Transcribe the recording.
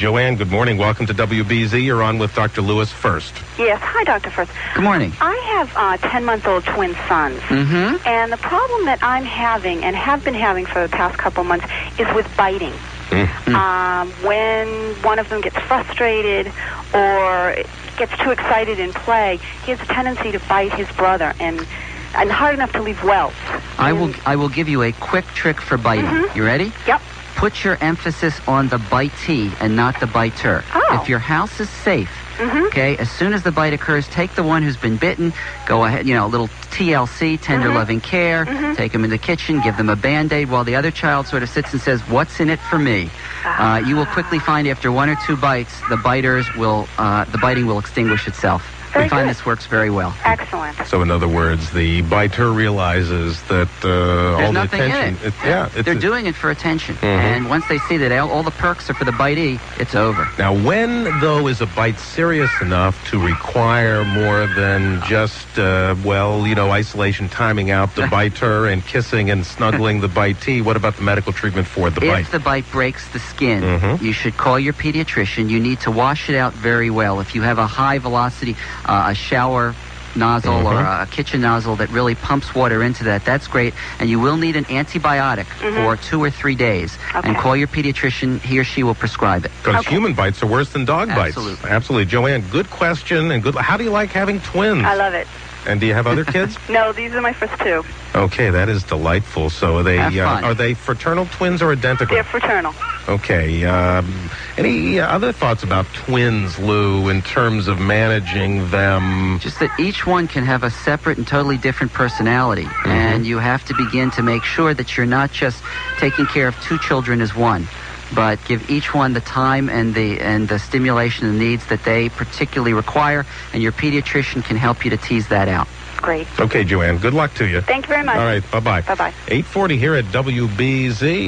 Joanne, good morning. Welcome to WBZ. You're on with Dr. Lewis first. Yes. Hi, Dr. Firth. Good morning. I have a 10 month old twin sons. Mm-hmm. And the problem that I'm having and have been having for the past couple months is with biting. Hmm. Um, when one of them gets frustrated or gets too excited in play, he has a tendency to bite his brother and and hard enough to leave welts. I will I will give you a quick trick for biting. Mm-hmm. You ready? Yep. Put your emphasis on the bitee and not the biter. Oh. Mm-hmm. If your house is safe, okay, as soon as the bite occurs, take the one who's been bitten, go ahead, you know, a little TLC, tender Mm-hmm. loving care, take them in the kitchen, give them a band aid while the other child sort of sits and says, What's in it for me? Ah. Uh, you will quickly find after one or two bites, the biters will, uh, the biting will extinguish itself. Very we find good. this works very well. Excellent. So, in other words, the biter realizes that uh, all the nothing in attention. it. yeah, it's They're a- doing it for attention. And once they see that all, all the perks are for the bitee, it's over. Now, when though is a bite serious enough to require more than just uh, well, you know, isolation, timing out the biter, and kissing and snuggling the bitee? What about the medical treatment for the bite? If the bite breaks the skin, you should call your pediatrician. You need to wash it out very well. If you have a high velocity, uh, a shower nozzle or a kitchen nozzle that really pumps water into that, that's great. And you will need an antibiotic for two or three days. And Okay. call your pediatrician. He or she will prescribe it. Because human bites are worse than dog bites. Absolutely. Absolutely, Joanne. Good question and good. How do you like having twins? Hmm. I love it. and do you have other kids? No, these are my first two. Okay, that is delightful. So are they uh, Have fun. are they fraternal twins or identical? They're fraternal. Okay. Um, any other thoughts about twins, Lou, in terms of managing them? Just that each one can have a separate and totally different personality. And you have to begin to make sure that you're not just taking care of two children as one, but give each one the time and the and the stimulation and needs that they particularly require and your pediatrician can help you to tease that out. Great. Okay, Joanne. Good luck to you. Thank you very much. All right. Bye bye. Bye-bye. Eight forty here at WBZ.